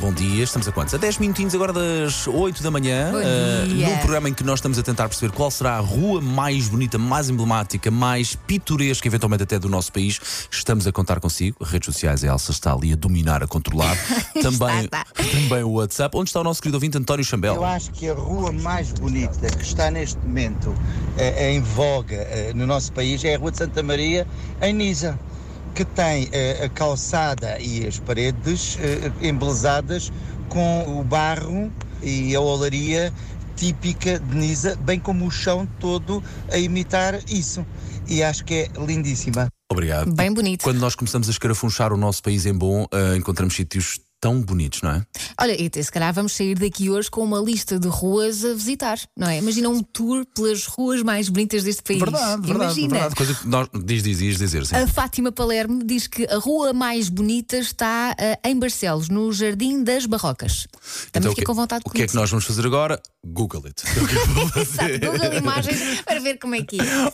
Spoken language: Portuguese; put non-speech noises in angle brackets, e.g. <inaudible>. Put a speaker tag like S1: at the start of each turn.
S1: Bom dia, estamos a quantos? A 10 minutinhos agora das 8 da manhã,
S2: Bom
S1: eh,
S2: dia.
S1: num programa em que nós estamos a tentar perceber qual será a rua mais bonita, mais emblemática, mais pitoresca, eventualmente até do nosso país. Estamos a contar consigo. Redes sociais, a Elsa está ali a dominar, a
S2: <laughs>
S1: controlar. também,
S2: Está,
S1: também o WhatsApp. Onde está o nosso querido ouvinte António Chambel?
S3: Eu acho que a rua mais bonita que está neste momento eh, em voga eh, no nosso país é a Rua de Santa Maria, em Nisa, que tem eh, a calçada e as paredes eh, embelezadas com o barro e a olaria típica de Nisa, bem como o chão todo a imitar isso. E acho que é lindíssima.
S1: Obrigado.
S2: Bem bonito.
S1: Quando nós começamos a escarafunchar o nosso país em bom, eh, encontramos sítios tão bonitos, não é?
S2: Olha, e se calhar vamos sair daqui hoje com uma lista de ruas a visitar, não é? Imagina um tour pelas ruas mais bonitas deste país. Imagina. Ah,
S1: verdade. Coisa que nós diz, diz, diz, dizer, sim.
S2: A Fátima Palermo diz que a rua mais bonita está eh, em Barcelos, no Jardim das Barrocas. Também
S1: Então, o que-
S2: fiquei com vontade de
S1: O que é
S2: <laughs>
S1: que nós vamos fazer agora? Google it.
S2: conhecer. Exato, Google Imagens para ver como é que é.